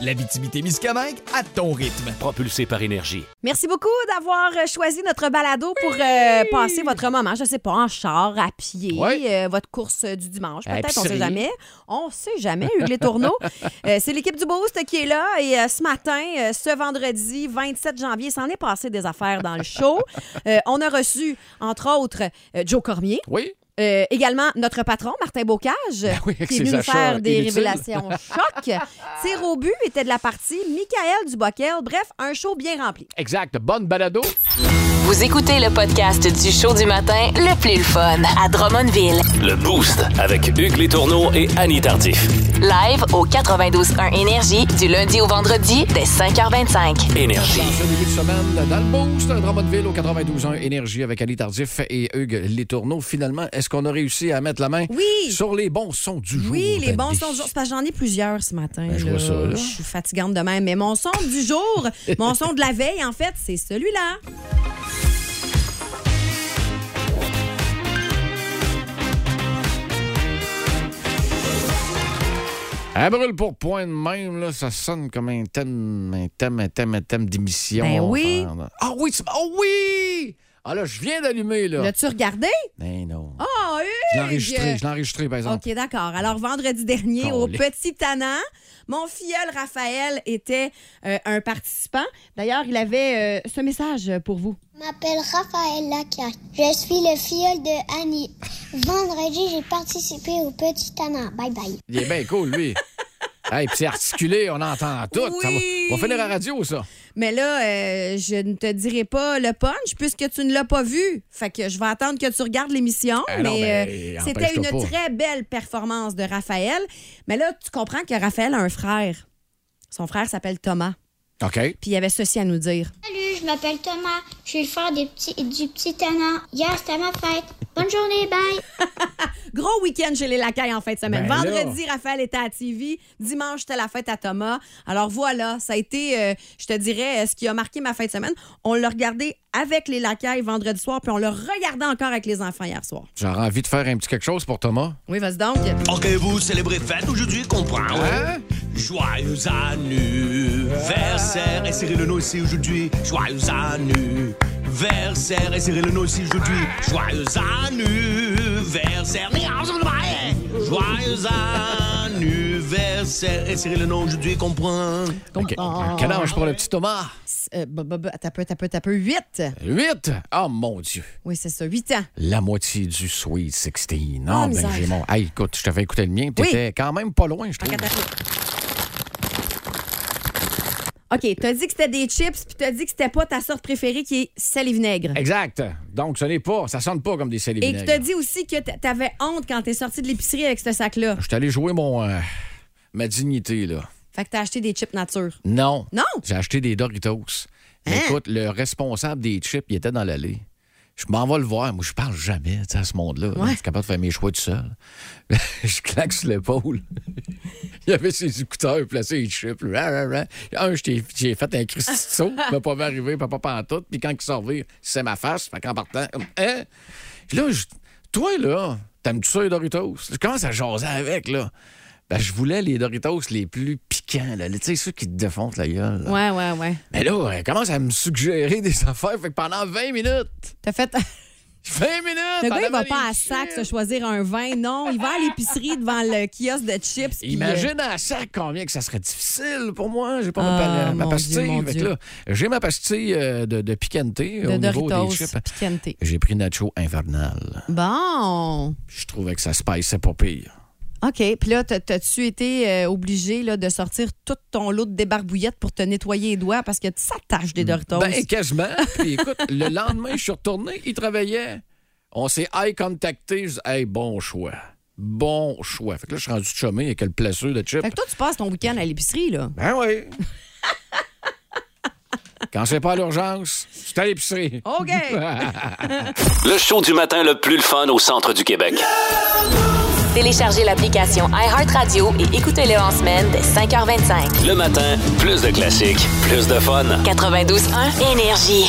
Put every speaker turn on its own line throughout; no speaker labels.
L'Abitibi-Témiscamingue à ton rythme.
Propulsé par énergie.
Merci beaucoup d'avoir euh, choisi notre balado pour euh, passer votre moment, je sais pas, en char, à pied,
Ouais.
euh, votre course euh, du dimanche.
À
Peut-être, on sait
épicerie.
jamais. On sait jamais, Hugues Les Tourneaux. Euh, C'est l'équipe du Boost qui est là. Et euh, ce matin, euh, ce vendredi 27 janvier, s'en est passé des affaires dans le show. Euh, on a reçu, entre autres, euh, Joe Cormier.
Oui.
Euh, également, notre patron, Martin Bocage,
oui, avec
qui
ses
est venu nous
achats
faire des
inutiles.
révélations choc. Tir au but était de la partie. Michael Dubockel. Bref, un show bien rempli.
Exact. Bonne balado.
Vous écoutez le podcast du show du matin le plus le fun à Drummondville.
Le Boost avec Hugues Létourneau et Annie Tardif.
Live au 92.1 Énergie du lundi au vendredi dès 5h25.
Énergie.
Dans ce début de semaine, dans le Boost, Drummondville au 92.1 Énergie avec Ali Tardif et Hugues Létourneau. Finalement, est-ce qu'on a réussi à mettre la main
Oui.
sur les bons sons du jour?
Oui, les bons
Dani?
sons du jour. C'est parce que j'en ai plusieurs ce matin.
Ben, je
là.
vois ça, là.
Je suis fatigante de même. Mais mon son du jour, mon son de la veille, en fait, c'est celui-là.
À brûle pour point de même, là, ça sonne comme un thème, un thème, un thème, un thème d'émission.
Ben oui.
Ah oui, c'est- oh oui! Ah là, je viens d'allumer, là.
L'as-tu regardé?
Ben non.
Oh, Hugues!
je l'ai enregistré, je l'ai enregistré, par exemple.
OK, d'accord. Alors, vendredi dernier, au
Colin.
Petit Tannant, mon filleul Raphaël était euh, un participant. D'ailleurs, il avait euh, ce message pour vous.
Je m'appelle Raphaël Lacaille. Je suis le filleul de Annie. Vendredi, j'ai participé au Petit Tana. Bye bye.
Il est bien cool, lui. hey, puis c'est articulé, on entend tout. Ça va-
Oui.
on va finir à la radio, ça.
Mais là, euh, je ne te dirai pas le punch puisque tu ne l'as pas vu. Fait que je vais attendre que tu regardes l'émission.
Ah
mais
non, ben,
euh,
empêche-toi
c'était une
pas.
très belle performance de Raphaël. Mais là, tu comprends que Raphaël a un frère. Son frère s'appelle Thomas.
OK.
Puis il avait ceci à nous dire.
Salut, je m'appelle Thomas. Je suis le frère des petits, du Petit Tana. Hier, c'était ma fête. Bonne journée, bye.
Gros week-end chez les Lacailles en fin de semaine.
Ben là.
Vendredi, Raphaël était à TV. Dimanche, c'était la fête à Thomas. Alors voilà, ça a été, euh, je te dirais, euh, ce qui a marqué ma fin de semaine. On l'a regardé avec les Lacailles vendredi soir, puis on l'a regardé encore avec les enfants hier soir.
J'aurais envie de faire un petit quelque chose pour Thomas.
Oui, vas-y donc.
Ok, vous célébrez fête aujourd'hui, comprends,
Hein?
ouais? Joyeux anniversaire et serrez le nom ici aujourd'hui. Joyeux anniversaire et serrez le nom ici aujourd'hui. Joyeux anniversaire. Ni en ce moment. Joyeux anniversaire et serrez le nom aujourd'hui, comprends.
OK.
Comprends.
Quel âge pour le petit Thomas?
Oh. Euh, bah, bah, bah, t'as peu, t'as peu, t'as peu. Huit.
8. Ah, mon Dieu.
Oui, c'est ça, huit ans.
La moitié du Sweet 16.
Ah,
Non,
misère.
Benjamin. Hey, écoute, je t'avais écouté le mien. puis
Oui.
T'étais quand même pas loin, je trouve.
OK, t'as dit que c'était des chips, puis t'as dit que c'était pas ta sorte préférée qui est sel et vinaigre.
Exact. Donc, ce n'est pas, ça sonne pas comme des sels et
Et que t'as
vinaigres.
dit aussi que t- t'avais honte quand t'es sorti de l'épicerie avec ce sac-là.
Je suis allé jouer mon, euh, ma dignité, là.
Fait que t'as acheté des chips nature.
Non.
Non? Hein?
J'ai acheté des Doritos. Mais Écoute, le responsable des chips, il était dans l'allée. Je m'en vais le voir. Moi, je parle jamais tu sais, à ce monde-là.
Ouais.
Je suis capable de faire mes choix tout seul. je claque sur l'épaule. il avait ses écouteurs placés, les chips. Ra, ra, ra. Un, je t'ai- j'ai fait un Christy de saut. Il m'a pas vu arriver, papa pas en tout. Puis quand il s'en revient, c'est ma face. Fait qu'en partant, comme, hein? Là, je- toi, là, t'aimes-tu ça, les Doritos? Je commence à jaser avec, là. Ben, je voulais les Doritos les plus piquants, là. Tu sais, ceux qui te défoncent la gueule. là.
Ouais, ouais, ouais.
Mais là, elle commence à me suggérer des affaires. Fait que pendant 20 minutes,
T'as fait.
20 minutes!
Le
en
gars, il
avant
va
les
pas à
chips.
sac se choisir un vin. Non, il va à l'épicerie devant le kiosque de chips. puis, euh,
Imagine à sac combien que ça serait difficile pour moi. J'ai pas
Ah,
ma, ma
mon
pastille.
Dieu, mon
Fait que
Dieu.
là, j'ai ma pastille euh, de, de piquanté
euh,
au
de
niveau
Doritos
des chips.
piquanté.
J'ai pris Nacho Infernal.
Bon.
Je trouvais que ça se passait pas pire.
OK. Puis là, t'as- t'as-tu été euh, obligé là, de sortir tout ton lot de débarbouillettes pour te nettoyer les doigts parce que ça tâche des Doritos?
Ben, quasiment. Puis écoute, le lendemain, je suis retourné, il travaillait. On s'est eye contacté. Je dis, hey, bon choix. Bon choix. Fait que là, je suis rendu chômé avec le placeux de chips.
Fait que toi, tu passes ton week-end à l'épicerie, là.
Ben oui. Quand c'est pas à l'urgence, c'est à l'épicerie.
OK.
Le show du matin le plus le fun au centre du Québec.
Téléchargez l'application iHeartRadio et écoutez-le en semaine dès 5h25.
Le matin, plus de classiques, plus de fun.
92.1 Énergie.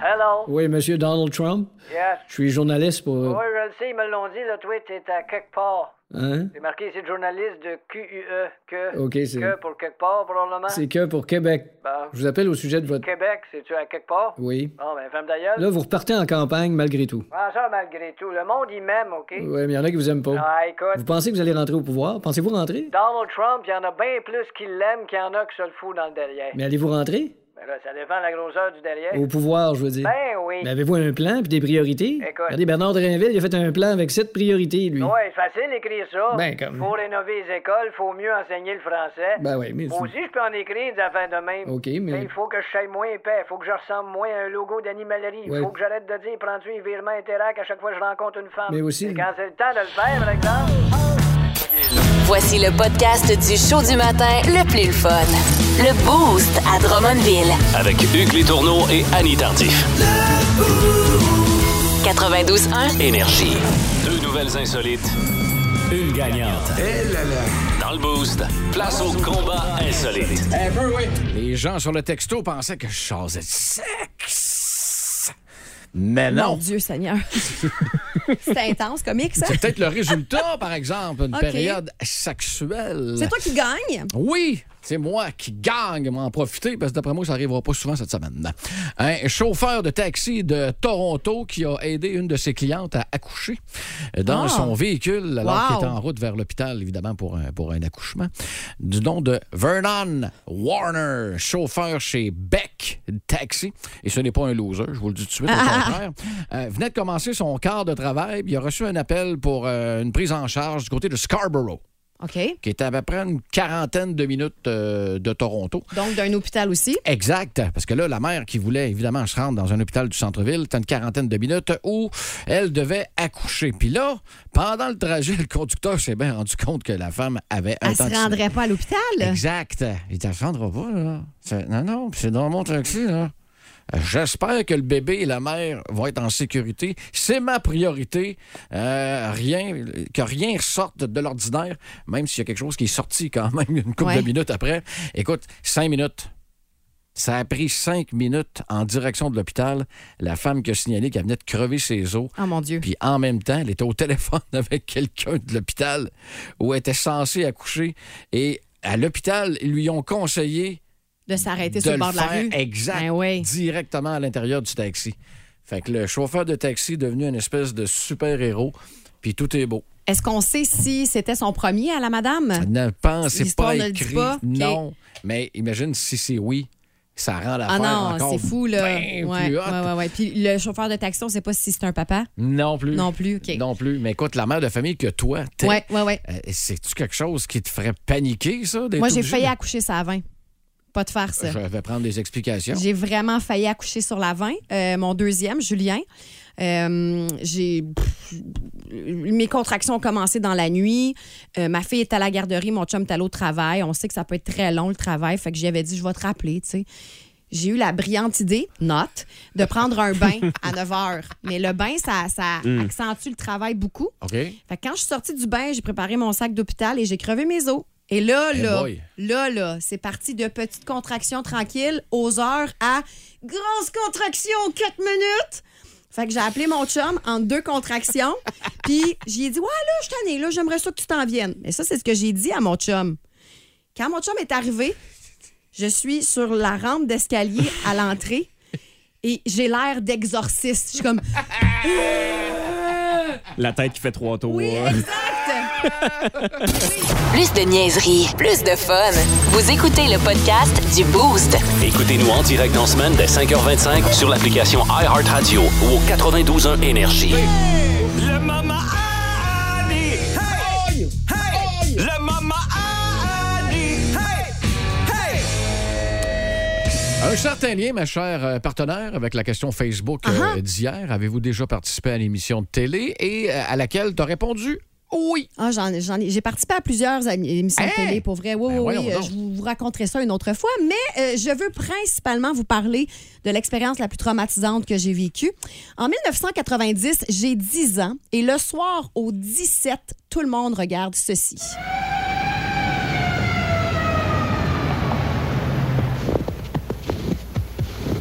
Hello.
Oui, monsieur Donald Trump.
Yes.
Je suis journaliste pour. euh,
Oui, je le sais, ils me l'ont dit, le tweet est à quelque part.
Hein?
C'est marqué, c'est journaliste de QUE. Que.
Ok, c'est-
Que pour quelque part, probablement.
C'est que pour Québec.
Bon.
Je vous appelle au sujet de votre.
Québec, c'est-tu à quelque
Oh.
part?
Oui.
Bon, ben, femme d'ailleurs.
Là, vous repartez en campagne malgré tout.
Prends Ah, ça malgré tout. Le monde, il m'aime, OK?
Oui, mais il y en a qui vous aiment pas.
Ah, écoute.
Vous pensez que vous allez rentrer au pouvoir? Pensez-vous rentrer?
Donald Trump, il y en a bien plus qui l'aiment qu'il y en a qui se le fout dans le derrière.
Mais allez-vous rentrer?
Ben là, ça dépend de la grosseur du derrière.
Au pouvoir, je veux dire.
Ben oui.
Mais avez-vous un plan puis des priorités?
Écoute.
Regardez, Bernard Drainville, il a fait un plan avec sept priorités, lui.
Ouais, c'est facile d'écrire ça.
Ben, comme-
Faut rénover les écoles, faut mieux enseigner le français.
Ben oui, mais.
Moi aussi, je peux en écrire des affaires de même. Ben,
OK, mais-
il faut que je sois moins épais. Il faut que je ressemble moins à un logo d'animalerie. Il
Ouais.
faut que j'arrête de dire prends-tu un virement interac à chaque fois que je rencontre une femme.
Mais aussi-
Et quand c'est le temps de le faire, par exemple.
Voici le podcast du show du matin le plus le fun. Le Boost à Drummondville.
Avec Hugues Létourneau et Annie Tardif.
92.1.
Énergie. Deux nouvelles insolites, une gagnante. Dans le boost, place au combat insolite.
Les gens sur le texto pensaient que je chassais de sexe. Mais
Mon
Eh non.
Dieu Seigneur. c'est intense, comique, ça.
C'est peut-être le résultat, par exemple, d'une
OK.
période sexuelle.
C'est toi qui gagne.
Oui, c'est moi qui gagne, m'en profiter, parce que d'après moi, ça n'arrivera pas souvent cette semaine. Un chauffeur de taxi de Toronto qui a aidé une de ses clientes à accoucher dans
Ah.
son véhicule alors
Wow.
qu'il était en route vers l'hôpital, évidemment, pour un, pour un accouchement. Du nom de Vernon Warner, chauffeur chez Beck Taxi. Et ce n'est pas un loser, je vous le dis tout de suite, au contraire. Euh, venait de commencer son quart de travail, puis il a reçu un appel pour euh, une prise en charge du côté de Scarborough
OK.
qui est à peu près une quarantaine de minutes euh, de Toronto.
Donc, d'un hôpital aussi.
Exact, parce que là, la mère qui voulait évidemment se rendre dans un hôpital du centre-ville, c'était une quarantaine de minutes où elle devait accoucher. Puis là, pendant le trajet, le conducteur s'est bien rendu compte que la femme avait un
Elle se
temps de-
rendrait pas à l'hôpital.
Exact. Il dit, elle se rendra pas, là. C'est- Non, non, c'est dans mon taxi, là. J'espère que le bébé et la mère vont être en sécurité. C'est ma priorité. Euh, rien, que rien sorte de l'ordinaire, même s'il y a quelque chose qui est sorti quand même une couple
Ouais.
de minutes après. Écoute, cinq minutes. Ça a pris cinq minutes en direction de l'hôpital. La femme qui a signalé qu'elle venait de crever ses os.
Oh mon Dieu.
Puis en même temps, elle était au téléphone avec quelqu'un de l'hôpital où elle était censée accoucher. Et à l'hôpital, ils lui ont conseillé
De s'arrêter
de
sur
le
le bord de la
faire eh.
rue.
exact,
Ben oui.
directement à l'intérieur du taxi. Fait que le chauffeur de taxi est devenu une espèce de super-héros. Puis tout est beau.
Est-ce qu'on sait si c'était son premier à la madame?
Ne pensez
L'histoire
pas
ne le dit
écrit.
pas? Ok.
Non. Mais imagine si c'est oui, ça rend l'affaire
Ah non,
encore
c'est fou, là.
bien
ouais,
plus
ouais,
haute.
ouais, ouais. Puis le chauffeur de taxi, on sait pas si c'est un papa.
Non plus.
Non plus, OK.
Non plus. Mais écoute, la mère de famille que toi, t'es,
Ouais, ouais, ouais.
Euh, C'est-tu quelque chose qui te ferait paniquer, ça? d'être
Moi,
tout
j'ai
jeune?
failli accoucher sur la 20. Pas de faire ça.
Je vais prendre des explications.
J'ai vraiment failli accoucher sur la 20. Euh, mon deuxième, Julien. euh, j'ai pff, mes contractions ont commencé dans la nuit. Euh, ma fille est à la garderie, mon chum est allé au travail. On sait que ça peut être très long le travail, fait que j'y avais dit je vais te rappeler, tu sais. J'ai eu la brillante idée, note, de prendre un bain à 9 h. Mais le bain, ça, ça accentue le travail beaucoup.
OK?
Fait que quand je suis sortie du bain, j'ai préparé mon sac d'hôpital et j'ai crevé mes os. Et là,
Hey
là,
boy.
là, là, c'est parti de petites contractions tranquilles aux heures à grosse contraction, 4 minutes. Fait que j'ai appelé mon chum en deux contractions. Puis j'ai dit, ouais, là, je t'en ai, là, j'aimerais ça que tu t'en viennes. Mais ça, c'est ce que j'ai dit à mon chum. Quand mon chum est arrivé, je suis sur la rampe d'escalier à l'entrée et j'ai l'air d'exorciste. Je suis comme, Euh!
La tête qui fait trois tours.
oui, exact!
Plus de niaiserie, plus de fun. Vous écoutez le podcast du Boost.
Écoutez-nous en direct en semaine dès 5h25 sur l'application iHeartRadio ou au 92.1 Énergie.
Le Mama Annie. Hey! Hey! Le Mama Annie. Hey! Hey!
Un certain lien, ma chère euh, partenaire, avec la question
Uh-huh.
Facebook euh, d'hier. Avez-vous déjà participé à une émission de télé et euh, à laquelle tu as répondu Oui.
Ah, j'en ai- j'en ai- j'ai participé à plusieurs ami- émissions
Hein?
de télé, pour vrai. Oui,
Ben
oui, oui.
voyons
euh,
donc.
Je vous, vous raconterai ça une autre fois. Mais euh, je veux principalement vous parler de l'expérience la plus traumatisante que j'ai vécue. En 1990, j'ai 10 ans et le soir au 17, tout le monde regarde ceci.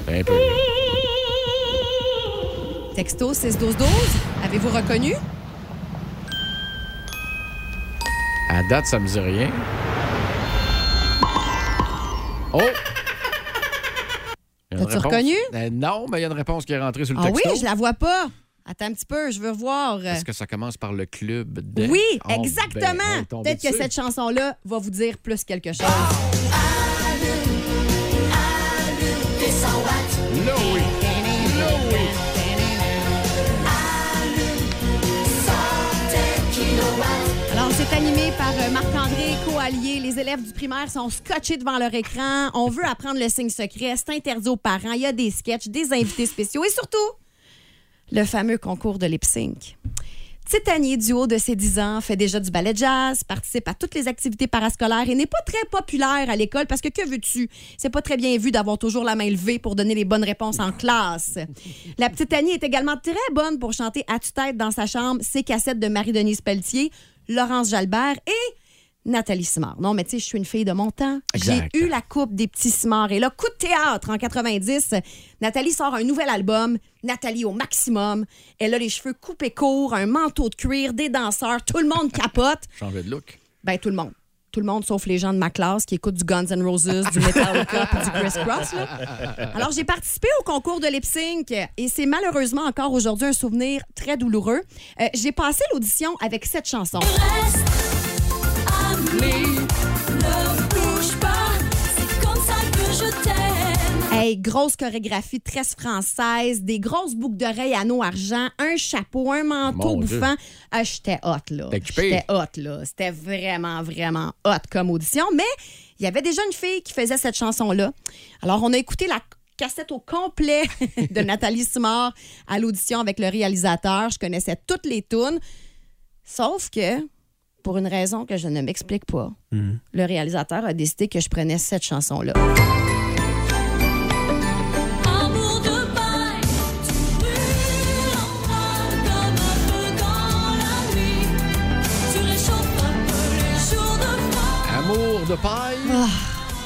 Ben, Un peu.
Texto 6-12-12, avez-vous reconnu?
À date, ça me dit rien. Oh! Il y a une
T'as-tu
réponse.
reconnu?
Euh, non, mais il y a une réponse qui est rentrée sur le
Ah oui,
texto.
je la vois pas. Attends un petit peu, je veux voir.
Est-ce que ça commence par le club de...
Oui,
Oh, ben, on
exactement.
est tombé
Peut-être que
dessus.
cette chanson-là va vous dire plus quelque chose.
Là, oui. Là, oui.
Alors, c'est animé par euh, Marc-André Coallier. Les élèves du primaire sont scotchés devant leur écran. On veut apprendre le signe secret. C'est interdit aux parents. Il y a des sketchs, des invités spéciaux et surtout, le fameux concours de lip sync. Titanier, du haut de ses 10 ans, fait déjà du ballet jazz, participe à toutes les activités parascolaires et n'est pas très populaire à l'école parce que que veux-tu? C'est pas très bien vu d'avoir toujours la main levée pour donner les bonnes réponses en classe. La petite Annie est également très bonne pour chanter à tue-tête dans sa chambre ses cassettes de Marie-Denise Pelletier, Laurence Jalbert et Nathalie Simard. Non, mais tu sais, je suis une fille de mon temps. J'ai
Exact.
eu la coupe des petits Simards. Et là, coup de théâtre en 90, Nathalie sort un nouvel album, Nathalie au maximum. Elle a les cheveux coupés courts, un manteau de cuir, des danseurs, tout le monde capote.
Changer de look.
Ben, tout le monde. Tout le monde, sauf les gens de ma classe qui écoutent du Guns N' Roses, du Metallica puis du Chris Cross. là. Alors, j'ai participé au concours de lip sync et c'est malheureusement encore aujourd'hui un souvenir très douloureux. Euh, j'ai passé l'audition avec cette chanson. Hey, grosse chorégraphie très française, des grosses boucles d'oreilles anneaux argent, un chapeau, un manteau
Mon Dieu.
bouffant. Ah, J'étais hot, là.
T'as occupé.
J'étais hot, là. C'était vraiment, vraiment hot comme audition. Mais il y avait déjà une fille qui faisait cette chanson-là. Alors, on a écouté la cassette au complet de Nathalie Simard à l'audition avec le réalisateur. Je connaissais toutes les tunes. Sauf que, pour une raison que je ne m'explique pas, le réalisateur a décidé que je prenais cette chanson-là.
Amour de paille.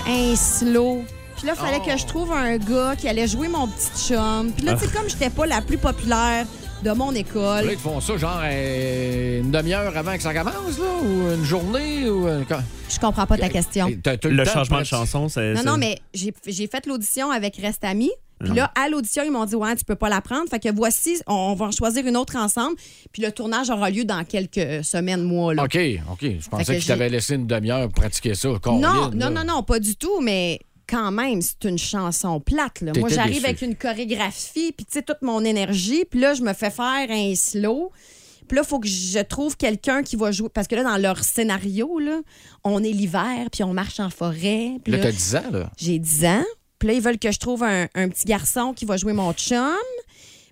un Ah, slow. Puis là, il fallait
Oh. Ah.
que je trouve un gars qui allait jouer mon petit chum. Puis là, tu sais, comme j'étais pas la plus populaire de mon
Là,
école.
ils font ça genre euh, une demi-heure avant que ça commence, là, ou une journée, ou... un- quand-
Je comprends pas ta question.
T'as- t'as eu
Le
temps
changement de
pratiquer.
chanson, c'est.
Non,
c'est-
non, mais j'ai j'ai fait l'audition avec Reste Ami.
Ah.
Puis là, à l'audition, ils m'ont dit Ouais, tu peux pas la prendre. Fait que voici, on, on va en choisir une autre ensemble. Puis le tournage aura lieu dans quelques semaines, mois. Là.
OK, OK. Je pensais
que
que, tu t'avais laissé une demi-heure pour pratiquer ça.
Non,
Colin,
non,
là.
non, non, pas du tout, mais quand même, c'est une chanson plate. Là. Moi,
T'étais
j'arrive
déçu.
avec une chorégraphie, puis tu sais, toute mon énergie, puis là, je me fais faire un slow. Puis là, il faut que je trouve quelqu'un qui va jouer. Parce que là, dans leur scénario, là, on est l'hiver, puis on marche en forêt. Puis
Là,
là,
t'as 10 ans, là.
j'ai 10 ans. Puis là, ils veulent que je trouve un, un petit garçon qui va jouer mon chum.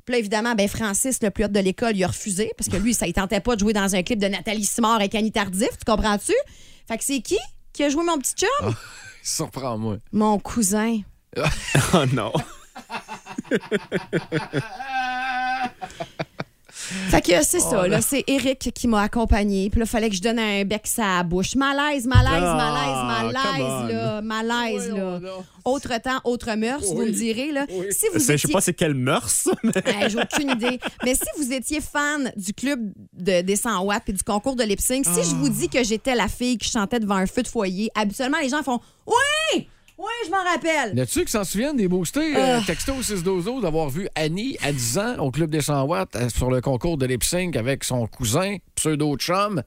Puis là, évidemment, ben, Francis, le plus hot de l'école, il a refusé parce que lui, ça ne tentait pas de jouer dans un clip de Nathalie Simard avec Annie Tardif. Tu comprends-tu? Fait que c'est qui qui a joué mon petit chum?
Ah,
Ah.
Surprends-moi.
Mon cousin.
Oh non.
Fait que c'est
Oh,
ça, là. C'est Eric qui m'a accompagné. Puis là, fallait que je donne un bec à la bouche. Malaise, malaise,
Ah,
malaise,
come
malaise,
on.
là. Malaise, là. Autre temps, autre mœurs, vous me direz, là. Si vous
Euh, C'est- Je sais
étiez...
pas c'est quelle mœurs, mais.
Hey, J'ai aucune idée. Mais si vous étiez fan du club de, des 100 watts et du concours de lip sync, si je vous dis que j'étais la fille qui chantait devant un feu de foyer, habituellement, les gens font « Oui! Oui, je m'en rappelle!
N'as-tu qui s'en souviennent des boostés
Ah.
euh, texto 612 d'avoir vu Annie à 10 ans au club des 100 watts euh, sur le concours de lip sync avec son cousin pseudo chum.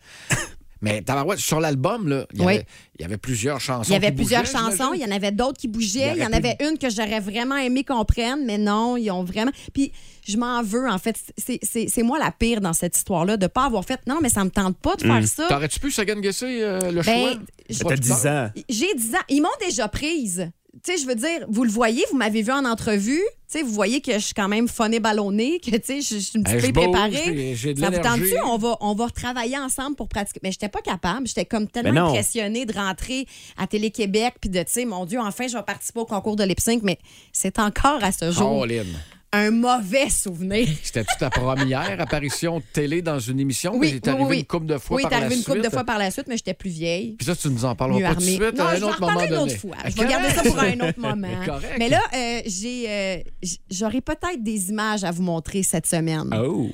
Mais tabarouette, sur l'album là, il y
Oui.
avait- il y avait plusieurs chansons.
Il y avait
qui
plusieurs
bougeaient,
chansons, il y en avait d'autres qui bougeaient, il y en
aurait pu-
avait une que j'aurais vraiment aimé qu'on prenne, mais non, ils ont vraiment. Puis je m'en veux, en fait. C'est- C'est c'est moi la pire dans cette histoire-là, de pas avoir fait. Non, mais ça me tente pas de
Hum,
faire ça.
T'aurais-tu pu second guesser euh, le
Ben,
choix?
je-
T'as 10 ans.
J'ai 10 ans. Ils m'ont déjà prise. Tu tu sais, je veux dire, vous le voyez, vous m'avez vu en entrevue. Tu sais, vous voyez que je suis quand même funée ballonnée, que tu sais, je je suis une
Eh,
petite
je
fille
bouge,
préparée.
j'ai- j'ai de
Ça vous
l'énergie.
tente-tu? On va, on va travailler ensemble pour pratiquer. Mais j'étais pas capable. J'étais comme
Ben
tellement
non.
impressionnée de rentrer à Télé-Québec puis de, tu sais, mon Dieu, enfin, je vais participer au concours de lip sync. Mais c'est encore à ce jour
Caroline,
un mauvais souvenir.
c'était-tu ta première apparition de télé dans une émission? Ben,
Oui,
t'es arrivé
oui, oui.
une couple de fois
Oui,
par
t'es
la
arrivé une
suite.
couple de fois par la suite, mais j'étais plus vieille.
Puis ça, tu nous en parleras
mieux
pas tout de
armée.
suite
Non,
à un
je vais en
autre moment
reparler une
donné.
autre fois. Je vais garder ça pour un autre moment.
Correct.
Mais là, euh, j'ai, euh, j- j'aurai peut-être des images à vous montrer cette semaine.
Oh!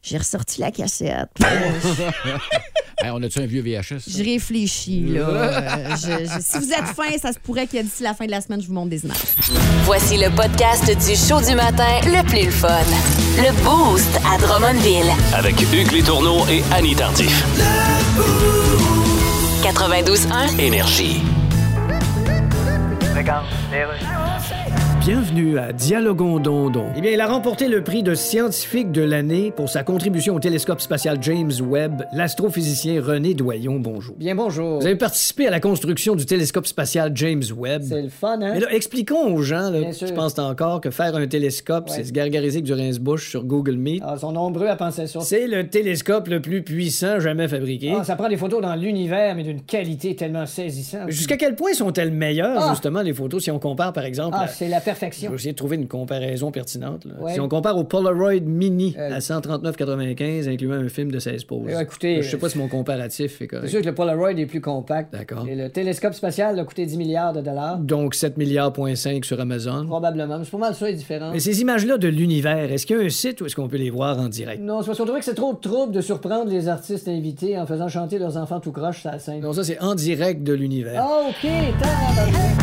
J'ai ressorti la cassette.
Hey, on a-tu un vieux VHS?
Je réfléchis, là. Euh, je- je- si vous êtes fin, ça se pourrait que d'ici la fin de la semaine, je vous montre des images.
Voici le podcast du show du matin le plus le fun. Le Boost à Drummondville.
Avec Hugues Létourneau et Annie Tardif.
92.1.
Énergie.
Bienvenue à Dialogon Dondon. Eh bien, il a remporté le prix de scientifique de l'année pour sa contribution au télescope spatial James Webb, l'astrophysicien René Doyon. Bonjour. Bien, bonjour. Vous avez participé à la construction du télescope spatial James Webb. C'est le fun, hein? Mais là, expliquons aux gens, là, qui pensent encore que faire un télescope, c'est se gargariser avec du rince-bouche sur Google Meet. Ah, sont nombreux à penser ça. C'est le télescope le plus puissant jamais fabriqué.
Ah, ça prend des photos dans l'univers, mais d'une qualité tellement saisissante.
Jusqu'à quel point sont-elles meilleures,
Ah!
justement, les photos, si on compare, par exemple,
Ah,
à-
c'est la perfection.
je vais essayer de trouver une comparaison pertinente. là.
Ouais.
Si on compare au Polaroid Mini à 139,95, incluant un film de 16 poses.
Euh, écoutez,
je sais pas si mon comparatif est correct.
C'est sûr que le Polaroid est plus compact. D'accord. Et le télescope spatial a coûté 10 milliards de dollars.
Donc 7 milliards,5 sur Amazon.
Probablement. Mais C'est pas mal ça, est différent.
Mais ces images-là de l'univers, est-ce qu'il y a un site où est-ce qu'on peut les voir en direct?
Non, c'est parce qu'on trouvait que c'est trop de trouble de surprendre les artistes invités en faisant chanter leurs enfants tout croche sur la scène.
Non, ça, c'est en direct de l'univers.
Ah, OK, tabarnak.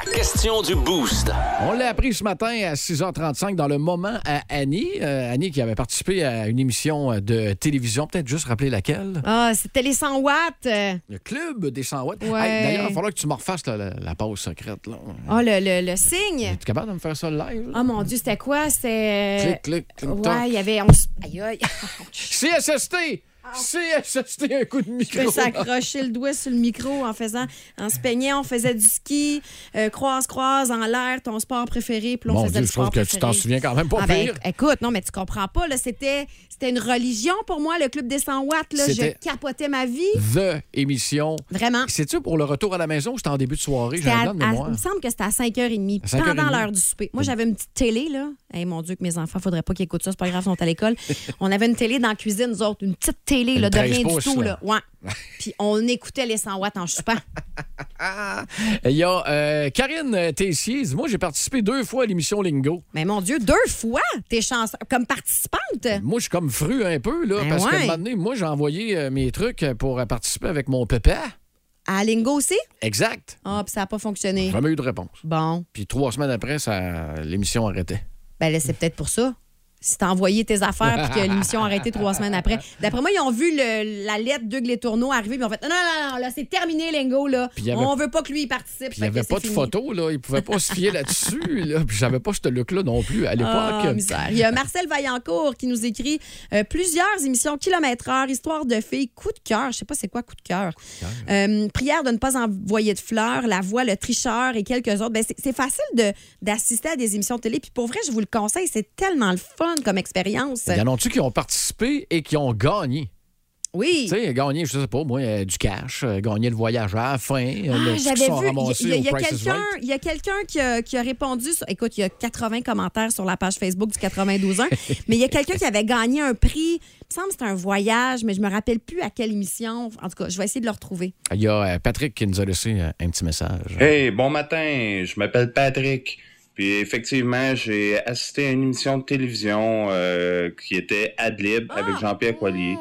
question du boost.
On l'a appris ce matin à 6h35 dans le moment à Annie. Euh, Annie qui avait participé à une émission euh, de télévision, peut-être juste rappeler laquelle.
Ah, c'était les 100 watts. euh.
Le club des 100 watts.
Ouais.
Hey, D'ailleurs, il va falloir que tu me refasses la, la- la pause secrète. Là.
Ah, le, le, le signe.
Tu es capable de me faire ça live?
Oh mon Dieu, c'était quoi? C'était.
Clic, clic, clic, toc.
Euh, Ouais, il y avait. on s- Aïe, aïe.
CSST! CSST, un coup de
Je
micro.
peux s'accrocher le doigt sur le micro en faisant, en se peignant. On faisait du ski, euh, croise, croise, en l'air, ton sport préféré. Puis là, on
Mon
faisait
Dieu,
le
je trouve
sport
que tu t'en
préféré.
souviens quand même pas
Ah ben,
pire.
écoute, non, mais tu comprends pas. là, C'était c'était une religion pour moi, le club des 100 watts. Là, je
C'était-
capotais ma vie.
The émission.
Vraiment.
C'est-tu pour le retour à la maison ou c'était en début de soirée? J'ai
C'était à-
un blanc de
à-
mémoire.
il me semble que c'était à 5h30,
À 5h30.
pendant l'heure du souper. Moi, j'avais une petite télé, là. Eh, mon Dieu, que mes enfants, faudrait pas qu'ils écoutent ça, c'est pas grave, ils sont à l'école. on avait une télé dans la cuisine, nous autres, une petite télé,
Une
là, de
13
rien
pouces,
du tout,
là.
là. Ouais. Puis on écoutait les 100 watts en chupant.
Il y a euh, Karine Tessier. Moi, j'ai participé deux fois à l'émission Lingo.
Mais mon Dieu, deux fois, t'es chanceuse. Comme participante?
Moi, je suis comme fru un peu, là,
Ben
parce qu'à un
ouais.
moment donné, moi, j'ai envoyé euh, mes trucs pour euh, participer avec mon pépère.
À Lingo aussi?
Exact.
Ah, puis ça n'a pas fonctionné.
Jamais eu de réponse.
Bon.
Puis trois semaines après, ça, l'émission arrêtait.
Ben là, c'est peut-être pour ça. Si t'as envoyé tes affaires puis que l'émission a arrêté trois semaines après. D'après moi, ils ont vu le- la lettre d'Hugues Les Tourneaux arriver puis ils ont fait Non, non, non, là, c'est terminé, Lingo, là.
Puis il y avait-
On veut pas que lui il participe.
Puis il n'y avait pas de
photo.
photo, là. Il pouvait pas se fier là-dessus, là. Puis j'avais pas ce look-là non plus à l'époque.
Ah, misère. Il y a Marcel Vaillancourt qui nous écrit euh, plusieurs émissions kilomètre-heure, histoire de filles, coup de cœur. Je sais pas c'est quoi coup de cœur. Euh, prière de ne pas envoyer de fleurs, la voix, le tricheur et quelques autres. Ben, c'est c'est facile de- d'assister à des émissions de télé. Puis pour vrai, je vous le conseille, c'est tellement le fun comme expérience.
Il y en a-tu qui ont participé et qui ont gagné?
Oui.
Tu sais, gagné, je sais pas, moi, euh, du cash, euh, gagné le voyage à la fin, euh,
Ah,
le- ceux qui
j'avais
sont
vu.
ramassés
Il y a-
au
il y a,
Price is
quelqu'un,
Right.
il y a quelqu'un qui, a- qui a répondu. sur- écoute, il y a 80 commentaires sur la page Facebook du 92.1, mais il y a quelqu'un qui avait gagné un prix. Il me semble que c'était un voyage, mais je me rappelle plus à quelle émission. En tout cas, je vais essayer de le retrouver.
Il y a euh, Patrick qui nous a laissé euh, un petit message.
Hey, bon matin, je m'appelle Patrick. Puis effectivement, j'ai assisté à une émission de télévision euh, qui était Adlib avec Jean-Pierre Coilier.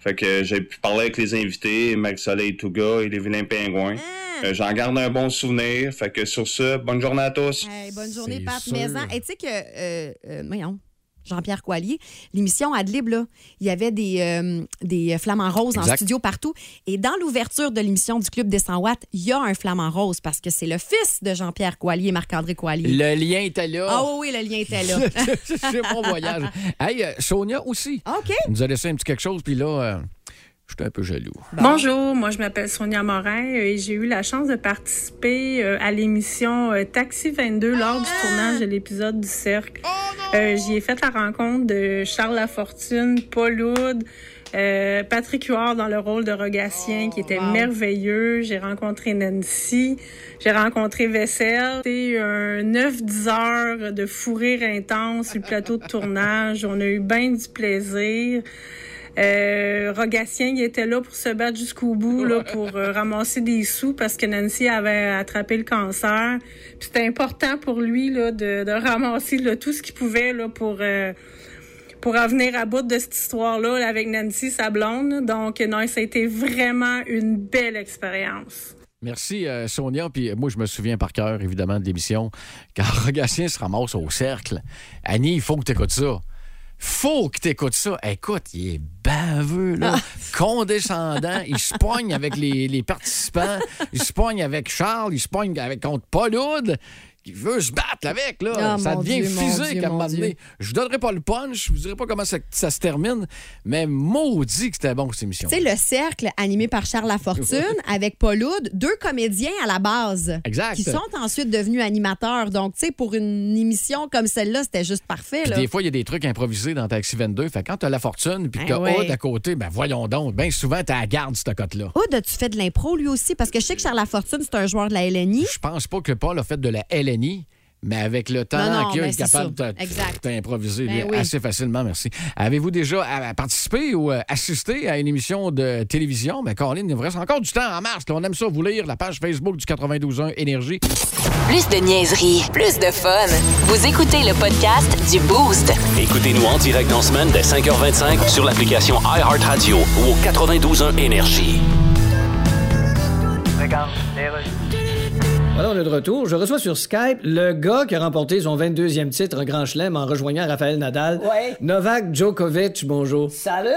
Fait que j'ai pu parler avec les invités, Marie-Soleil Touga et les vilains pingouins. Euh, J'en garde un bon souvenir. Fait que sur ce, bonne journée à tous.
Hey, bonne journée, Pat Maison. Et tu sais que, euh, euh, voyons, Jean-Pierre Coallier, l'émission Adlib, là, il y avait des, euh, des flamants roses en
Exact.
studio partout. Et dans l'ouverture de l'émission du Club des 100 watts, il y a un flamant rose parce que c'est le fils de Jean-Pierre Coallier, Marc-André Coallier.
Le lien était là.
Ah oui, oui, le lien était là.
C'est mon voyage. Hey, euh, Sonia aussi.
Ah, OK.
Elle nous a laissé un petit quelque chose, puis là, euh, j'étais un peu jaloux.
Bonjour, moi je m'appelle Sonia Morin euh, et j'ai eu la chance de participer euh, à l'émission euh, Taxi 22 lors du tournage de l'épisode du Cercle. Euh, J'y ai fait la rencontre de Charles Lafortune, Paul Hood, euh, Patrick Huard dans le rôle de Rogatien qui était merveilleux. J'ai rencontré Nancy, j'ai rencontré Vessel. C'était un 9-10 heures de fou rire intense sur le plateau de tournage. On a eu bien du plaisir. Euh, Rogatien, il était là pour se battre jusqu'au bout, là, pour euh, ramasser des sous parce que Nancy avait attrapé le cancer. Puis C'était important pour lui là, de, de ramasser là, tout ce qu'il pouvait là, pour, euh, pour en venir à bout de cette histoire-là là, avec Nancy, sa blonde. Donc, euh, non, ça a été vraiment une belle expérience.
Merci, euh, Sonia. Puis euh, moi, je me souviens par cœur, évidemment, de l'émission. Quand Rogatien se ramasse au cercle, Annie, il faut que tu écoutes ça. Faut que tu écoutes ça. Écoute, il est baveux,
Ah.
là, condescendant. Il se pogne avec les, les participants. Il se pogne avec Charles. Il se pogne avec, contre Paul Hood. Il veut se battre avec, là.
Ah,
ça
mon
devient
Dieu, mon
physique
Dieu,
à un
mon
moment donné.
Dieu.
Je vous donnerai pas le punch. Je vous dirai pas comment ça, ça se termine. Mais maudit que c'était bon, cette émission.
Tu sais, le cercle animé par Charles Lafortune avec Paul Hood, deux comédiens à la base.
Exact.
Qui sont ensuite devenus animateurs. Donc, tu sais, pour une émission comme celle-là, c'était juste parfait.
Puis
Là.
des fois, il y a des trucs improvisés dans Taxi 22. Fait que quand t'as la fortune puis que t'as
Hein, ouais.
Hood à côté, ben voyons donc. Bien souvent, t'as la garde, cette cote-là.
Hood, as-tu fait de l'impro lui aussi? Parce que je sais que Charles Lafortune, c'est un joueur de la LNI.
Je pense pas que Paul a fait de la LNI, mais avec le
Non,
temps
non,
qu'il a, il
ben,
est
c'est
capable
ça.
de
Exact.
t'improviser
Ben oui.
assez facilement, merci. Avez-vous déjà euh, participé ou euh, assisté à une émission de télévision? Mais Caroline, il vous reste encore du temps en mars. là. on aime ça vous lire la page Facebook du 92.1 Énergie.
Plus de niaiserie, plus de fun. Vous écoutez le podcast du Boost.
Écoutez-nous en direct dans la semaine dès 5h25 sur l'application iHeartRadio ou au 92.1 Énergie.
Ah.
Voilà, on est de retour. Je reçois sur Skype le gars qui a remporté son 22e titre en Grand Chelem en rejoignant Raphaël Nadal.
Ouais.
Novak Djokovic, bonjour.
Salut!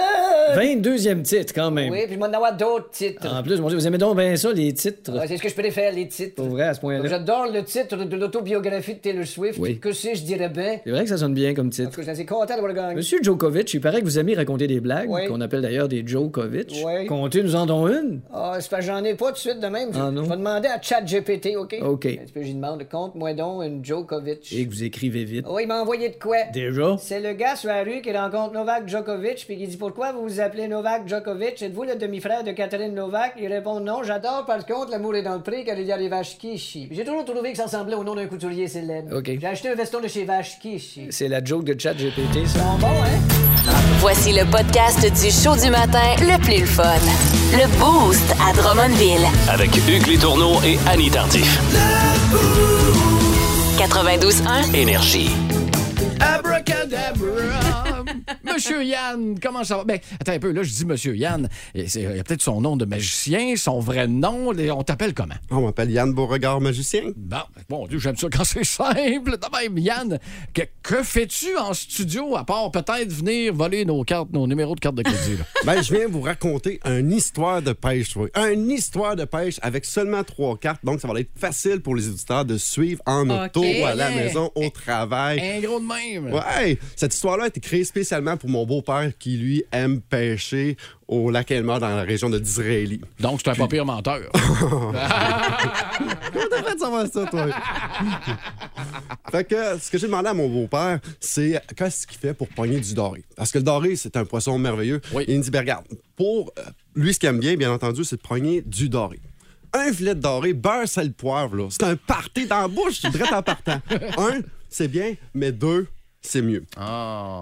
22e titre, quand même. Ah,
Oui, puis je m'en avoir d'autres titres.
En plus, mon Dieu, vous aimez donc bien ça, les titres.
Ouais, c'est ce que je préfère, les titres.
Pour vrai, à ce point-là.
J'adore le titre de l'autobiographie de Taylor Swift.
Oui.
Que sais-je dirais bien?
C'est vrai que ça sonne bien comme
En
titre.
tout cas, je suis assez content d'avoir gagné.
Monsieur Djokovic, il paraît que vous aimez raconter des blagues,
Oui.
qu'on appelle d'ailleurs des Djokovic.
Oui.
Comptez, nous en donnons une.
Ah, c'est parce que j'en ai pas tout de suite de même. Je,
Ah, non.
je vais demander à ChatGPT, OK?
OK.
Un petit peu, j'y demande, compte-moi donc une Djokovic.
Et que vous écrivez vite.
Oh, il m'a envoyé de quoi?
Déjà?
C'est le gars sur la rue qui rencontre Novak Djokovic puis qui dit pourquoi vous vous appelez Novak Djokovic êtes-vous le demi-frère de Catherine Novak Il répond non j'adore par contre l'amour est dans le prix car il y a les vaches qui chient. J'ai toujours trouvé que ça ressemblait au nom d'un couturier célèbre.
OK.
J'ai acheté un veston de chez Vaches qui chient.
C'est la joke de ChatGPT, ça.
Voici le podcast du show du matin le plus fun. Le Boost à Drummondville.
Avec Hugues Létourneau et Annie Tardif.
92.1.
Énergie.
Abracadabra! Monsieur Yann, comment ça va? Ben, attends un peu, là, je dis Monsieur Yann. Et c'est- Il y a peut-être son nom de magicien, son vrai nom. Les- On t'appelle comment?
On m'appelle Yann Beauregard, magicien.
Bon, ben, mon Dieu, j'aime ça quand c'est simple. De même, Yann, que, que fais-tu en studio à part peut-être venir voler nos cartes, nos numéros de cartes de crédit? là?
Ben, je viens vous raconter une histoire de pêche, oui. Une histoire de pêche avec seulement trois cartes. Donc, ça va être facile pour les auditeurs de suivre en
Ok. Eh,
auto, à la maison, au travail.
Un gros de même.
Ouais, cette histoire-là a été créée spécialement pour mon beau-père qui, lui, aime pêcher au lac Elmer dans la région de Disraeli.
Donc, c'est un pas pire menteur.
Comment t'as fait de savoir ça, toi? fait que ce que j'ai demandé à mon beau-père, c'est qu'est-ce qu'il fait pour pogner du doré? Parce que le doré, c'est un poisson merveilleux. Il me dit, ben, regarde, pour euh, lui, ce qu'il aime bien, bien entendu, c'est de pogner du doré. Un filet de doré, beurre, sel, poivre, là. C'est un party dans la bouche, je dirais en partant. Un, c'est bien, mais deux, c'est mieux.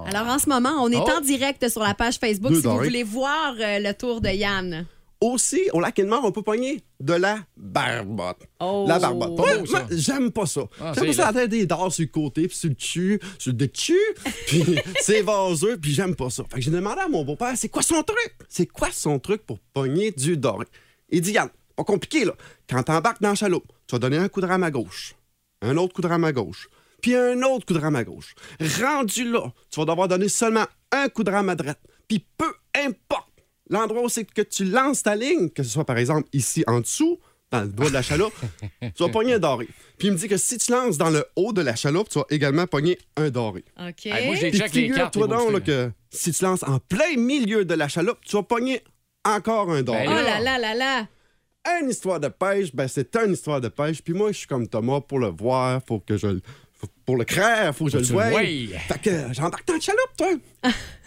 Alors, en ce moment, on est
Oh.
en direct sur la page Facebook
Deux
si vous
dorés.
voulez voir euh, le tour de Yann.
Aussi, au lac Elmer, on peut pogner de la barbotte.
Oh.
La barbotte.
Pas
Moi,
beau, ça.
moi, j'aime pas ça.
Ah,
j'aime
c'est
pas ça la tête des dards sur le côté, puis sur le cul, sur le dessus, puis c'est vaseux, puis j'aime pas ça. Fait que j'ai demandé à mon beau-père, c'est quoi son truc? C'est quoi son truc pour pogner du doré? Il dit, Yann, pas compliqué, là. Quand t'embarques dans la chaloupe, tu vas donner un coup de rame à gauche, un autre coup de rame à gauche, puis un autre coup de rame à gauche. Rendu là, tu vas devoir donner seulement un coup de rame à droite. Puis peu importe l'endroit où c'est que tu lances ta ligne, que ce soit par exemple ici en dessous, dans le bas de la chaloupe, tu vas pogner un doré. Puis il me dit que si tu lances dans le haut de la chaloupe, tu vas également pogner un doré.
OK.
Hey, moi, j'ai déjà que les cartes, les
Figure-toi
beaux
donc là,
jeux.
que si tu lances en plein milieu de la chaloupe, tu vas pogner encore un doré.
Ben
Oh là là là là.
Une histoire de pêche, ben c'est une histoire de pêche. Puis moi, je suis comme Thomas pour le voir, faut que je le- faut- pour le craire, faut que
Faut
je le
que tu le
voie.
voyes.
Fait que euh, j'embarque dans la chaloupe, toi.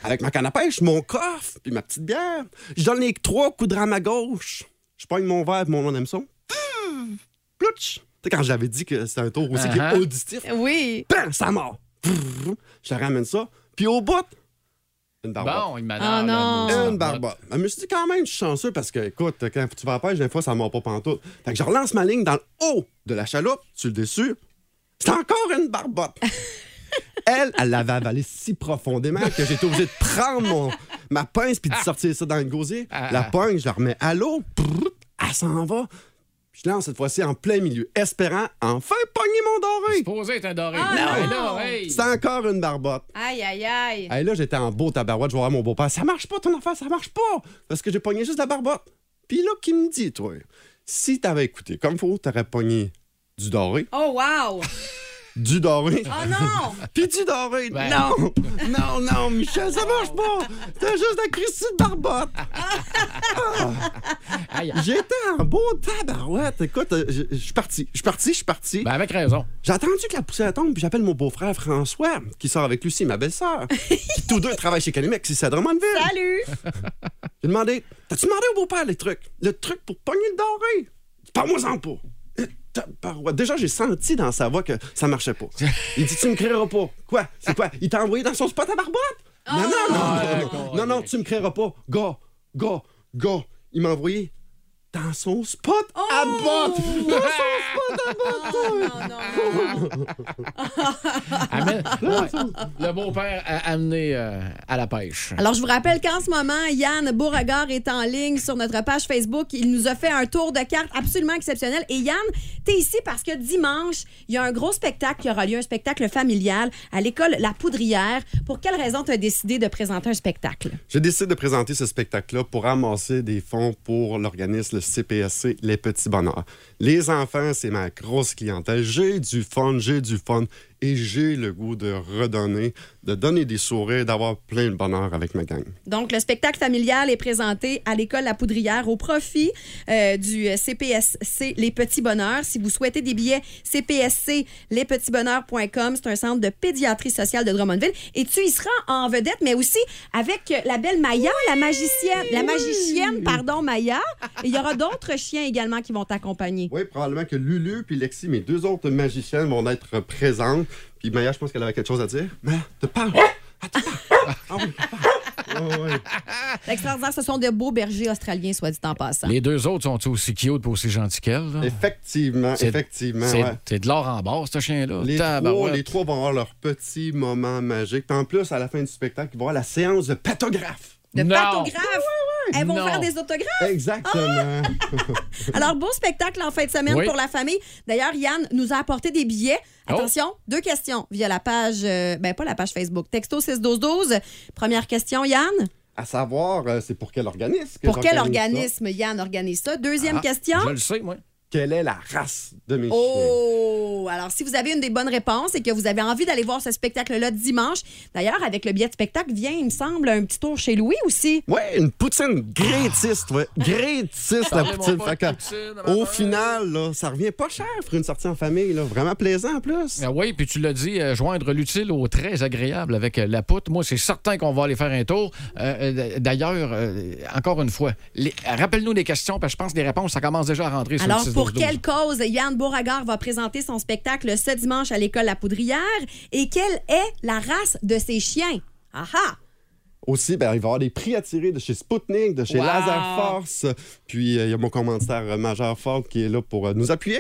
Avec ma canne à pêche, mon coffre, puis ma petite bière. Je donne les trois coups de rame à gauche. Je pogne mon verre, puis mon nom d'hameçon. Plouch! Tu sais, quand j'avais dit que c'était un tour aussi qui
Uh-huh.
est auditif.
Oui.
Bam! Ça mort. Brrr, Je te ramène ça. Puis au bout, une barbotte.
Bon, il m'adore, Oh là, non.
Une barbotte. Je me suis dit quand même, je suis chanceux parce que, écoute, quand tu vas à la pêche, des fois, ça ne mord pas pantoute. Fait que je relance ma ligne dans le haut de la chaloupe, sur le dessus. C'est encore une barbotte. Elle, elle l'avait avalé si profondément que j'étais obligé de prendre mon- ma pince puis de sortir ça dans le gosier. La pince, je la remets à l'eau. Brrr, Elle s'en va. Je lance cette fois-ci en plein milieu, espérant enfin pogner mon doré.
Supposé être un doré.
Ah,
Non.
non. Non, hey.
C'est encore une barbotte.
Aïe, aïe, aïe.
Hey, là, j'étais en beau tabarouette, je vois mon beau-père. Ça marche pas ton affaire, ça marche pas! Parce que j'ai pogné juste la barbotte. Puis là, qui me dit, toi, si t'avais écouté comme faut, t'aurais pogné du doré,
Oh, wow.
du doré.
Oh non.
Puis du doré!
Ben.
Non! Non, non, Michel, ça marche pas! T'as juste la Christie de barbotte! Ah. J'étais en beau tabarouette. Écoute, euh, je je suis parti. Je suis parti, je suis parti. Ben,
avec raison.
J'ai attendu que la poussière tombe, puis j'appelle mon beau-frère François, qui sort avec Lucie, ma belle-sœur. Puis tous deux travaillent chez Calimex, ici à Drummondville.
Salut!
J'ai demandé, t'as-tu demandé au beau-père les trucs? Le truc pour pogner le doré? Parle-moi-en pas. Euh, tabarouette. Déjà, j'ai senti dans sa voix que ça marchait pas. Il dit, tu me créeras pas. Quoi? C'est quoi? Il t'a envoyé dans son spot à barbotte? Non, non, non, non, non, non, non, tu me créeras pas. Gars, gars, gars, il m'a envoyé dans son spot à botte. Dans son spot à botte.
Amène- Ouais. Le beau-père a amené euh, à la pêche.
Alors, je vous rappelle qu'en ce moment, Yann Beauregard est en ligne sur notre page Facebook. Il nous a fait un tour de cartes absolument exceptionnel. Et Yann, t'es ici parce que dimanche, il y a un gros spectacle qui aura lieu, un spectacle familial à l'école La Poudrière. Pour quelle raison tu as décidé de présenter un spectacle?
Je décide de présenter ce spectacle-là pour ramasser des fonds pour l'organisme le CPSC Les Petits Bonheurs. Les enfants, c'est ma grosse clientèle. J'ai du fun, j'ai du fun et j'ai le goût de redonner, de donner des sourires, d'avoir plein de bonheur avec ma gang.
Donc, le spectacle familial est présenté à l'école La Poudrière au profit euh, du CPSC Les Petits Bonheurs. Si vous souhaitez des billets, CPSC lespetitsbonheurs.com. C'est un centre de pédiatrie sociale de Drummondville. Et tu y seras en vedette, mais aussi avec euh, la belle Maya, la magicienne, la magicienne, pardon, Maya. Et Il y aura d'autres chiens également qui vont t'accompagner.
Oui, probablement que Lulu puis Lexi, mes deux autres magiciennes, vont être présentes. Puis Maya, je pense qu'elle avait quelque chose à dire. Maya, te Ah parle!
C'est Extraordinaire, ce sont de beaux bergers australiens, soit dit en passant.
Les deux autres sont aussi cute pour aussi gentils qu'elle? là?
Effectivement,
C'est-
effectivement.
C'est
ouais.
c'est de l'or en barre, ce chien-là.
Les trois,
Tabarouette.
les trois vont avoir leur petit moment magique. Puis en plus, à la fin du spectacle, ils vont avoir la séance de pathographe.
De
Non.
pathographes. Elles vont
Non.
faire des autographes.
Exactement.
Ah! Alors, beau spectacle en fin de semaine
Oui.
pour la famille. D'ailleurs, Yann nous a apporté des billets.
Oh.
Attention, deux questions via la page, euh, ben pas la page Facebook, texto 61212. Première question, Yann.
À savoir, euh, c'est pour quel organisme? que
Pour quel
j'organise ça?
organisme Yann organise ça? Deuxième
Ah,
question.
sais, moi.
Quelle est la race de mes chiens?
Oh! Alors, si vous avez une des bonnes réponses et que vous avez envie d'aller voir ce spectacle-là dimanche, d'ailleurs, avec le billet de spectacle, vient, il me semble, un petit tour chez Louis aussi.
Ouais, une poutine grétiste, ouais. Grétiste, la
Parlez-moi
poutine.
pas de
Fait que, au final, là, ça revient pas cher pour une sortie en famille. là. Vraiment plaisant en plus.
Ah oui, puis tu l'as dit, euh, joindre l'utile au très agréable avec euh, la poutre. Moi, c'est certain qu'on va aller faire un tour. Euh, euh, D'ailleurs, euh, encore une fois, les- rappelle-nous les questions, parce que je pense que les réponses, ça commence déjà à rentrer sur
Alors,
le 6 12
pour
12.
quelle cause Yann Beauregard va présenter son spectacle ce dimanche à l'école La Poudrière et quelle est la race de ses chiens? Ah ah!
Aussi, ben, il va y avoir des prix à tirer de chez Spoutnik, de chez
Wow.
Laser Force. Puis, euh, il y a mon commentaire majeur Ford qui est là pour euh, nous appuyer.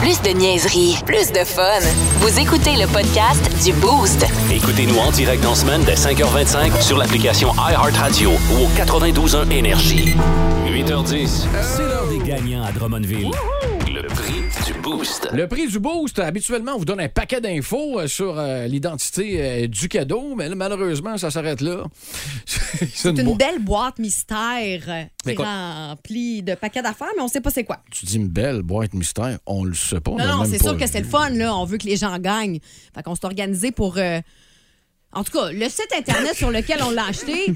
Plus de niaiserie, plus de fun. Vous écoutez le podcast du Boost.
Écoutez-nous en direct en semaine dès 5h25 sur l'application iHeartRadio ou au 92.1 Énergie. 8h10, c'est l'heure des gagnants à Drummondville. Le prix du boost. Boost.
Le prix du boost, habituellement, on vous donne un paquet d'infos euh, sur euh, l'identité euh, du cadeau, mais là, malheureusement, ça s'arrête là.
C'est une,
boi-
belle boîte mystère. C'est
quoi-
rempli de paquets d'affaires, mais on sait pas c'est quoi.
Tu dis une belle boîte mystère, on le sait pas. on
non,
l'a
non,
même
c'est
pas
sûr que
vu.
c'est le fun, là. On veut que les gens gagnent. Fait qu'on s'est organisé pour. euh, En tout cas, le site Internet sur lequel on l'a acheté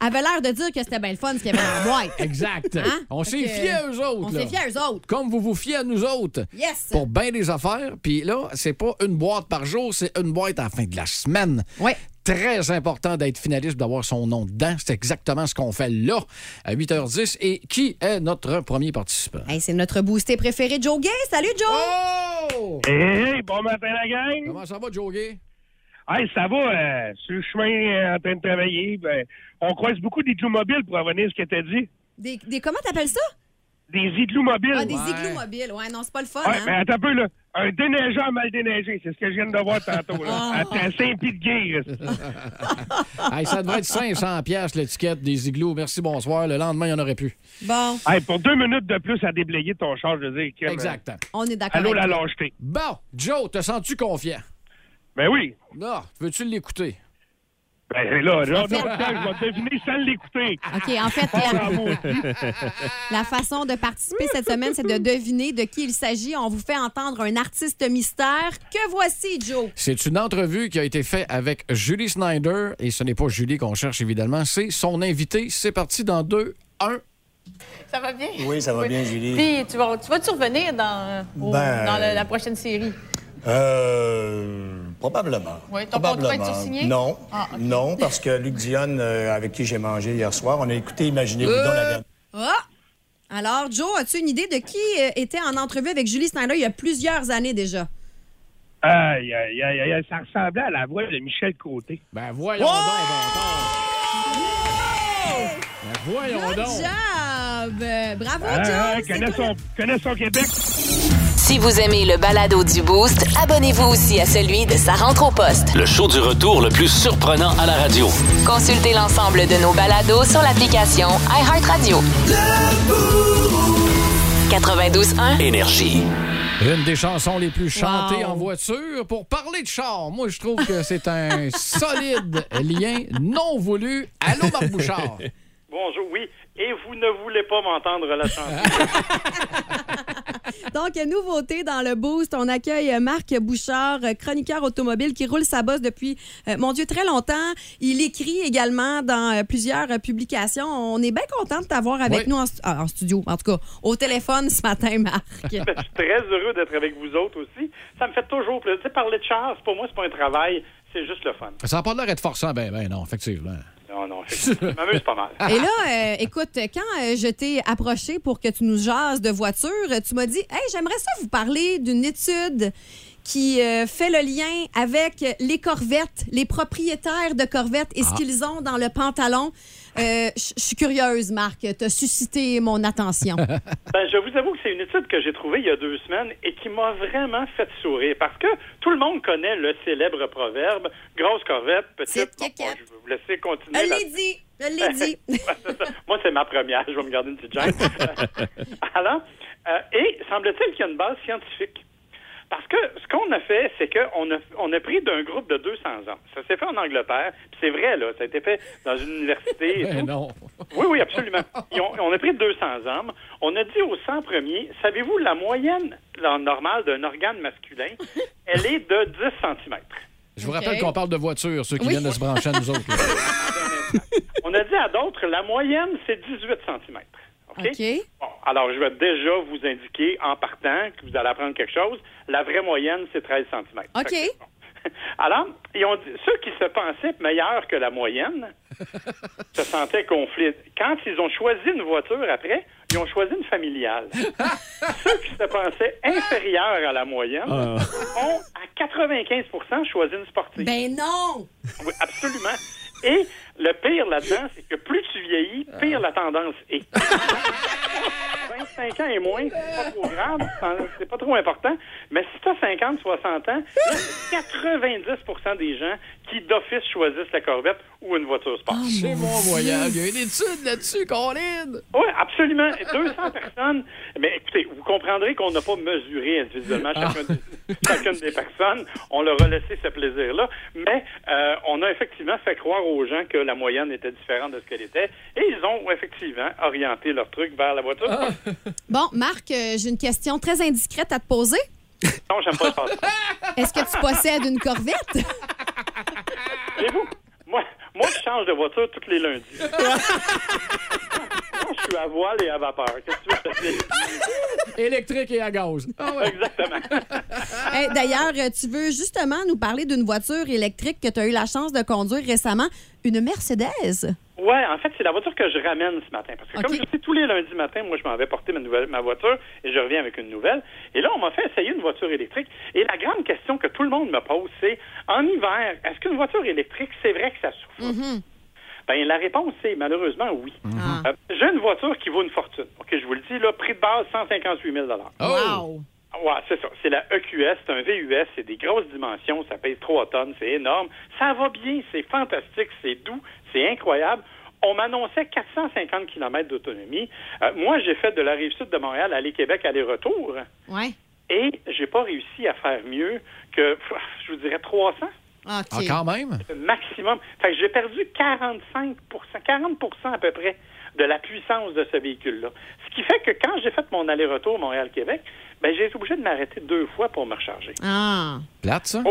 avait l'air de dire que c'était bien le fun ce qu'il y avait dans la boîte.
Exact.
Hein?
On
Fait
s'est
que-
fiés à eux autres.
On
là.
s'est fiés à eux autres.
Comme vous vous fiez à nous autres.
Yes.
Pour bien des affaires. Puis là, c'est pas une boîte par jour, c'est une boîte à la fin de la semaine.
Oui.
Très important d'être finaliste, d'avoir son nom dedans. C'est exactement ce qu'on fait là, à 8h10. Et qui est notre premier participant?
Hey, c'est notre boosté préféré, Joe Gay. Salut, Joe!
Oh!
Hey, bon matin la gang!
Comment ça va, Jogué?
Hey, ça va, euh, sur le chemin euh, en train de travailler. ben, on croise beaucoup d'igloo mobiles pour revenir à ce que t'as dit.
Des, des- comment t'appelles ça?
Des igloo mobiles.
Ah, des igloos mobiles. Ouais, non, c'est pas le fun,
Ouais, mais
hein?
attends un peu, là. Un déneigeur mal déneigé, c'est ce que je viens de voir tantôt.
Ah.
Là. Attends, Saint-Pied-de-Guire.
Hey, ça devrait être 500 pièces l'étiquette des igloos. Merci, bonsoir. Le lendemain, il n'y en aurait plus.
Bon.
Hey, pour deux minutes de plus à déblayer ton char, je veux dire. Kim,
Exact.
euh,
On est d'accord.
Allô,
avec
la
toi.
lâcheté.
Bon, Joe, te sens-tu confiant?
Ben oui.
Non, veux-tu l'écouter?
Ben là, là, non, non, je vais deviner sans l'écouter.
OK, en fait,
Ah,
la,
bon.
la façon de participer cette semaine, c'est de deviner de qui il s'agit. On vous fait entendre un artiste mystère. Que voici, Joe.
C'est une entrevue qui a été faite avec Julie Snyder, et ce n'est pas Julie qu'on cherche évidemment, c'est son invité. C'est parti dans 2, 1.
Ça va bien?
Oui, ça va bien, Julie.
Puis, tu vas-tu vas -tu revenir dans, euh, au-
Ben-
dans la, la prochaine série?
Euh, probablement.
Oui, ton
Probablement.
contrat, est-tu signé?
Non.
Ah, ok.
Non, parce que Luc Dionne, euh, avec qui j'ai mangé hier soir, on a écouté Imaginez-vous
Euh.
donc la dernière.
Ah! Alors, Joe, as-tu une idée de qui euh, était en entrevue avec Julie Snyder il y a plusieurs années déjà?
Aïe, aïe, aïe, aïe, ça ressemblait à la voix de Michel Côté.
Ben voyons
donc,
Ben voyons
Good job! Euh, Bravo,
Dạ,
Joe! C'est
connais,
toi
son, connais son Québec.
Si vous aimez le balado du Boost, abonnez-vous aussi à celui de Sa rentre au poste.
Le show du retour le plus surprenant à la radio.
Consultez l'ensemble de nos balados sur l'application iHeartRadio. 92.1
Énergie.
Une des chansons les plus chantées
Wow.
en voiture. Pour parler de char, moi, je trouve que c'est un solide lien non voulu. Allô, Marc Bouchard?
Bonjour, oui. Et vous ne voulez pas m'entendre la chanson.
Donc, nouveauté dans le boost, on accueille Marc Bouchard, chroniqueur automobile qui roule sa bosse depuis, euh, mon Dieu, très longtemps. Il écrit également dans euh, plusieurs euh, publications. On est bien content de t'avoir avec
Oui.
nous en, stu- ah, en studio, en tout cas, au téléphone ce matin,
Ah,
Marc.
Ben, je suis très heureux d'être avec vous autres aussi. Ça me fait toujours plaisir. Tu sais, parler de char, c'est- pour moi, c'est pas un travail, c'est juste le fun.
Ça n'a pas l'air d'être forçant. Ben, ben non, effectivement.
Non, non, je je m'amuse pas mal.
Et là, euh, écoute, quand euh, je t'ai approché pour que tu nous jases de voiture, tu m'as dit Hey, j'aimerais ça vous parler d'une étude qui euh, fait le lien avec les corvettes, les propriétaires de corvettes et ce
Ah.
qu'ils ont dans le pantalon. Euh, Je je suis curieuse, Marc. Tu as suscité mon attention.
Ben, je vous avoue que c'est une étude que j'ai trouvée il y a deux semaines et qui m'a vraiment fait sourire parce que tout le monde connaît le célèbre proverbe grosse corvette, petite. Bon, bon, je vais vous laisser continuer.
Je l'ai
là-dessus.
dit. Je l'ai dit.
Moi, c'est ma première. Je vais me garder une petite gêne. Alors, euh, et semble-t-il qu'il y a une base scientifique. Parce que ce qu'on a fait, c'est qu'on a, on a pris d'un groupe de 200 ans. Ça s'est fait en Angleterre. puis C'est vrai, là. Ça a été fait dans une université. et tout.
non.
Oui, oui, absolument. Ils ont- on a pris 200 hommes. On a dit aux 100 premiers, savez-vous, la moyenne la normale d'un organe masculin, elle est de 10 cm.
Je vous
Ok.
rappelle qu'on parle de voiture, ceux qui
Oui.
viennent de se brancher à nous autres. là.
On a dit à d'autres, la moyenne, c'est 18 cm. OK? Bon, alors, je vais déjà vous indiquer en partant que vous allez apprendre quelque chose. La vraie moyenne, c'est 13 cm.
OK.
Alors, ils ont dit- ceux qui se pensaient meilleurs que la moyenne se sentaient conflits. Quand ils ont choisi une voiture après, ils ont choisi une familiale. ceux qui se pensaient inférieurs à la moyenne
Ah.
ont à 95 choisi une sportive.
Ben non!
Oui, absolument. Et le pire là-dedans, c'est que plus tu vieillis, pire la tendance est. 25 ans et moins, c'est pas trop grave, c'est pas trop important. Mais si t'as 50, 60 ans, 90 des gens qui d'office choisissent la Corvette ou une voiture sport.
C'est Oh, mon voyage. Il y a une étude là-dessus, Colin.
Oui, absolument. 200 personnes. Mais écoutez, vous comprendrez qu'on n'a pas mesuré individuellement
Ah.
chacun des- chacune des personnes. On leur a laissé ce plaisir-là. Mais euh, on a effectivement fait croire aux gens que la moyenne était différente de ce qu'elle était. Et ils ont effectivement orienté leur truc vers la voiture.
Ah.
Bon, Marc, euh, j'ai une question très indiscrète à te poser.
Non, j'aime pas le passeport.
Est-ce que tu possèdes une Corvette?
Savez-vous, moi, moi, je change de voiture tous les lundis. Moi, je suis à voile et à vapeur. Qu'est-ce que tu veux que je te dise?
Électrique et à gaz.
Ah, Exactement.
Hey, D'ailleurs, euh, tu veux justement nous parler d'une voiture électrique que tu as eu la chance de conduire récemment, une Mercedes.
Ouais, en fait, c'est la voiture que je ramène ce matin. Parce que comme je sais, tous les lundis matin, moi, je m'en vais porter ma, nouvelle, ma voiture et je reviens avec une nouvelle. Et là, on m'a fait essayer une voiture électrique. Et la grande question que tout le monde me pose, c'est, en hiver, est-ce qu'une voiture électrique, c'est vrai que ça souffle? Ben, la réponse c'est malheureusement oui. Euh, J'ai une voiture qui vaut une fortune. OK, je vous le dis, là, prix de base, 158 000
Wow.
Ouais, c'est ça. C'est la EQS, c'est un VUS, c'est des grosses dimensions, ça pèse 3 tonnes, c'est énorme. Ça va bien, c'est fantastique, c'est doux, c'est incroyable. On m'annonçait 450 km d'autonomie. Euh, moi, j'ai fait de la rive sud de Montréal à aller Québec aller-retour
Ouais.
et j'ai pas réussi à faire mieux que, pff, je vous dirais, 300.
OK.
Ah, quand même.
Le maximum. Fait que j'ai perdu 45 40 à peu près de la puissance de ce véhicule-là. Ce qui fait que quand j'ai fait mon aller-retour Montréal-Québec, ben, j'ai été obligé de m'arrêter deux fois pour me recharger.
Ah.
Plate, ça?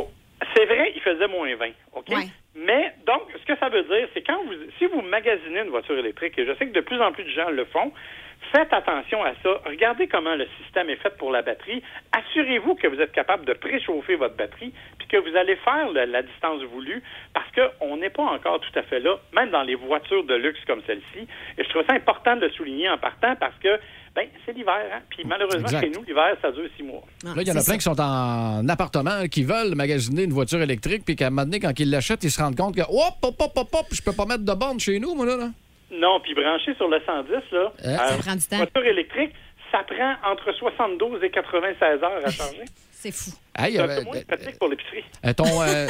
C'est vrai, il faisait moins 20, OK? Mais donc, ce que ça veut dire, c'est quand vous, si vous magasinez une voiture électrique, et je sais que de plus en plus de gens le font, faites attention à ça. Regardez comment le système est fait pour la batterie. Assurez-vous que vous êtes capable de préchauffer votre batterie, puis que vous allez faire le- la distance voulue, parce qu'on n'est pas encore tout à fait là, même dans les voitures de luxe comme celle-ci. Et je trouve ça important de le souligner en partant, parce que, ben, c'est l'hiver, hein? Puis malheureusement,
Exact.
chez nous, l'hiver, ça dure six mois.
Là, il y en a plein qui sont en appartement, qui veulent magasiner une voiture électrique, puis qu'à un moment donné, quand ils l'achètent, ils se rendent compte que hop, hop, hop, hop, hop, je peux pas mettre de borne chez nous, moi, là. là.
Non, puis branché sur le 110, là,
Euh, ça prend du temps.
voiture électrique, ça prend entre 72 et 96 heures à charger.
C'est fou.
Hey,
c'est un
euh,
peu moins pratique pour l'épicerie.
Euh, ton, euh,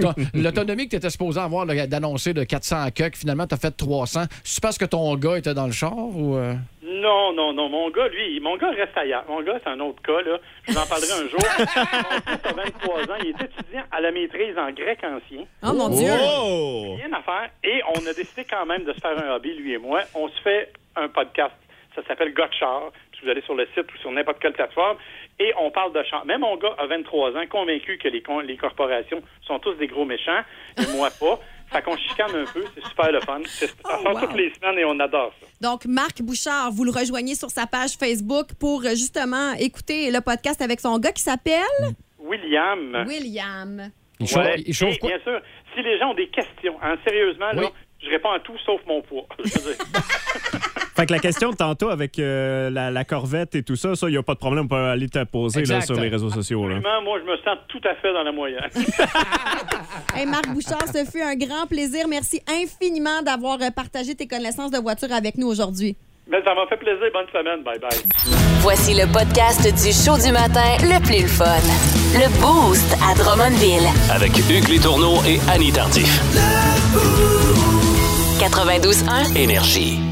ton- l'autonomie que tu étais supposé avoir là, d'annoncer de 400 à quelques, finalement, tu as fait 300. C'est parce que ton gars était dans le char ou. euh?
Non, non, non. Mon gars, lui, mon gars reste ailleurs. Mon gars, c'est un autre cas, là. Je vous en parlerai un jour. Mon fils a 23 ans. Il est étudiant à la maîtrise en grec ancien.
Oh, mon Dieu! Oh!
Rien à faire. Et on a décidé quand même de se faire un hobby, lui et moi. On se fait un podcast. Ça s'appelle Gotchar. Puis vous allez sur le site ou sur n'importe quelle plateforme. Et on parle de char. Même mon gars a 23 ans, convaincu que les, con- les corporations sont tous des gros méchants. Et moi pas. Fait qu'on chicane un peu. C'est super le fun. C'est- Ça sort toutes les semaines et on adore ça.
Donc, Marc Bouchard, vous le rejoignez sur sa page Facebook pour euh, justement écouter le podcast avec son gars qui s'appelle
William.
William.
Ouais. Et bien sûr, si les gens ont des questions, hein, sérieusement, là, je réponds à tout sauf mon poids. Je veux dire,
Fait que la question de tantôt avec euh, la, la corvette et tout ça, ça, il n'y a pas de problème. On peut aller te poser là,
Exact.
sur les réseaux sociaux. Là.
vraiment, moi, je me sens tout à fait dans la moyenne.
Hey, Marc Bouchard, ce fut un grand plaisir. Merci infiniment d'avoir euh, partagé tes connaissances de voiture avec nous aujourd'hui.
Mais ça m'a fait plaisir. Bonne semaine. Bye bye.
Voici le podcast du show du matin le plus fun. Le Boost à Drummondville.
Avec Hugues Létourneau et Annie Tardif.
92.1.
Énergie.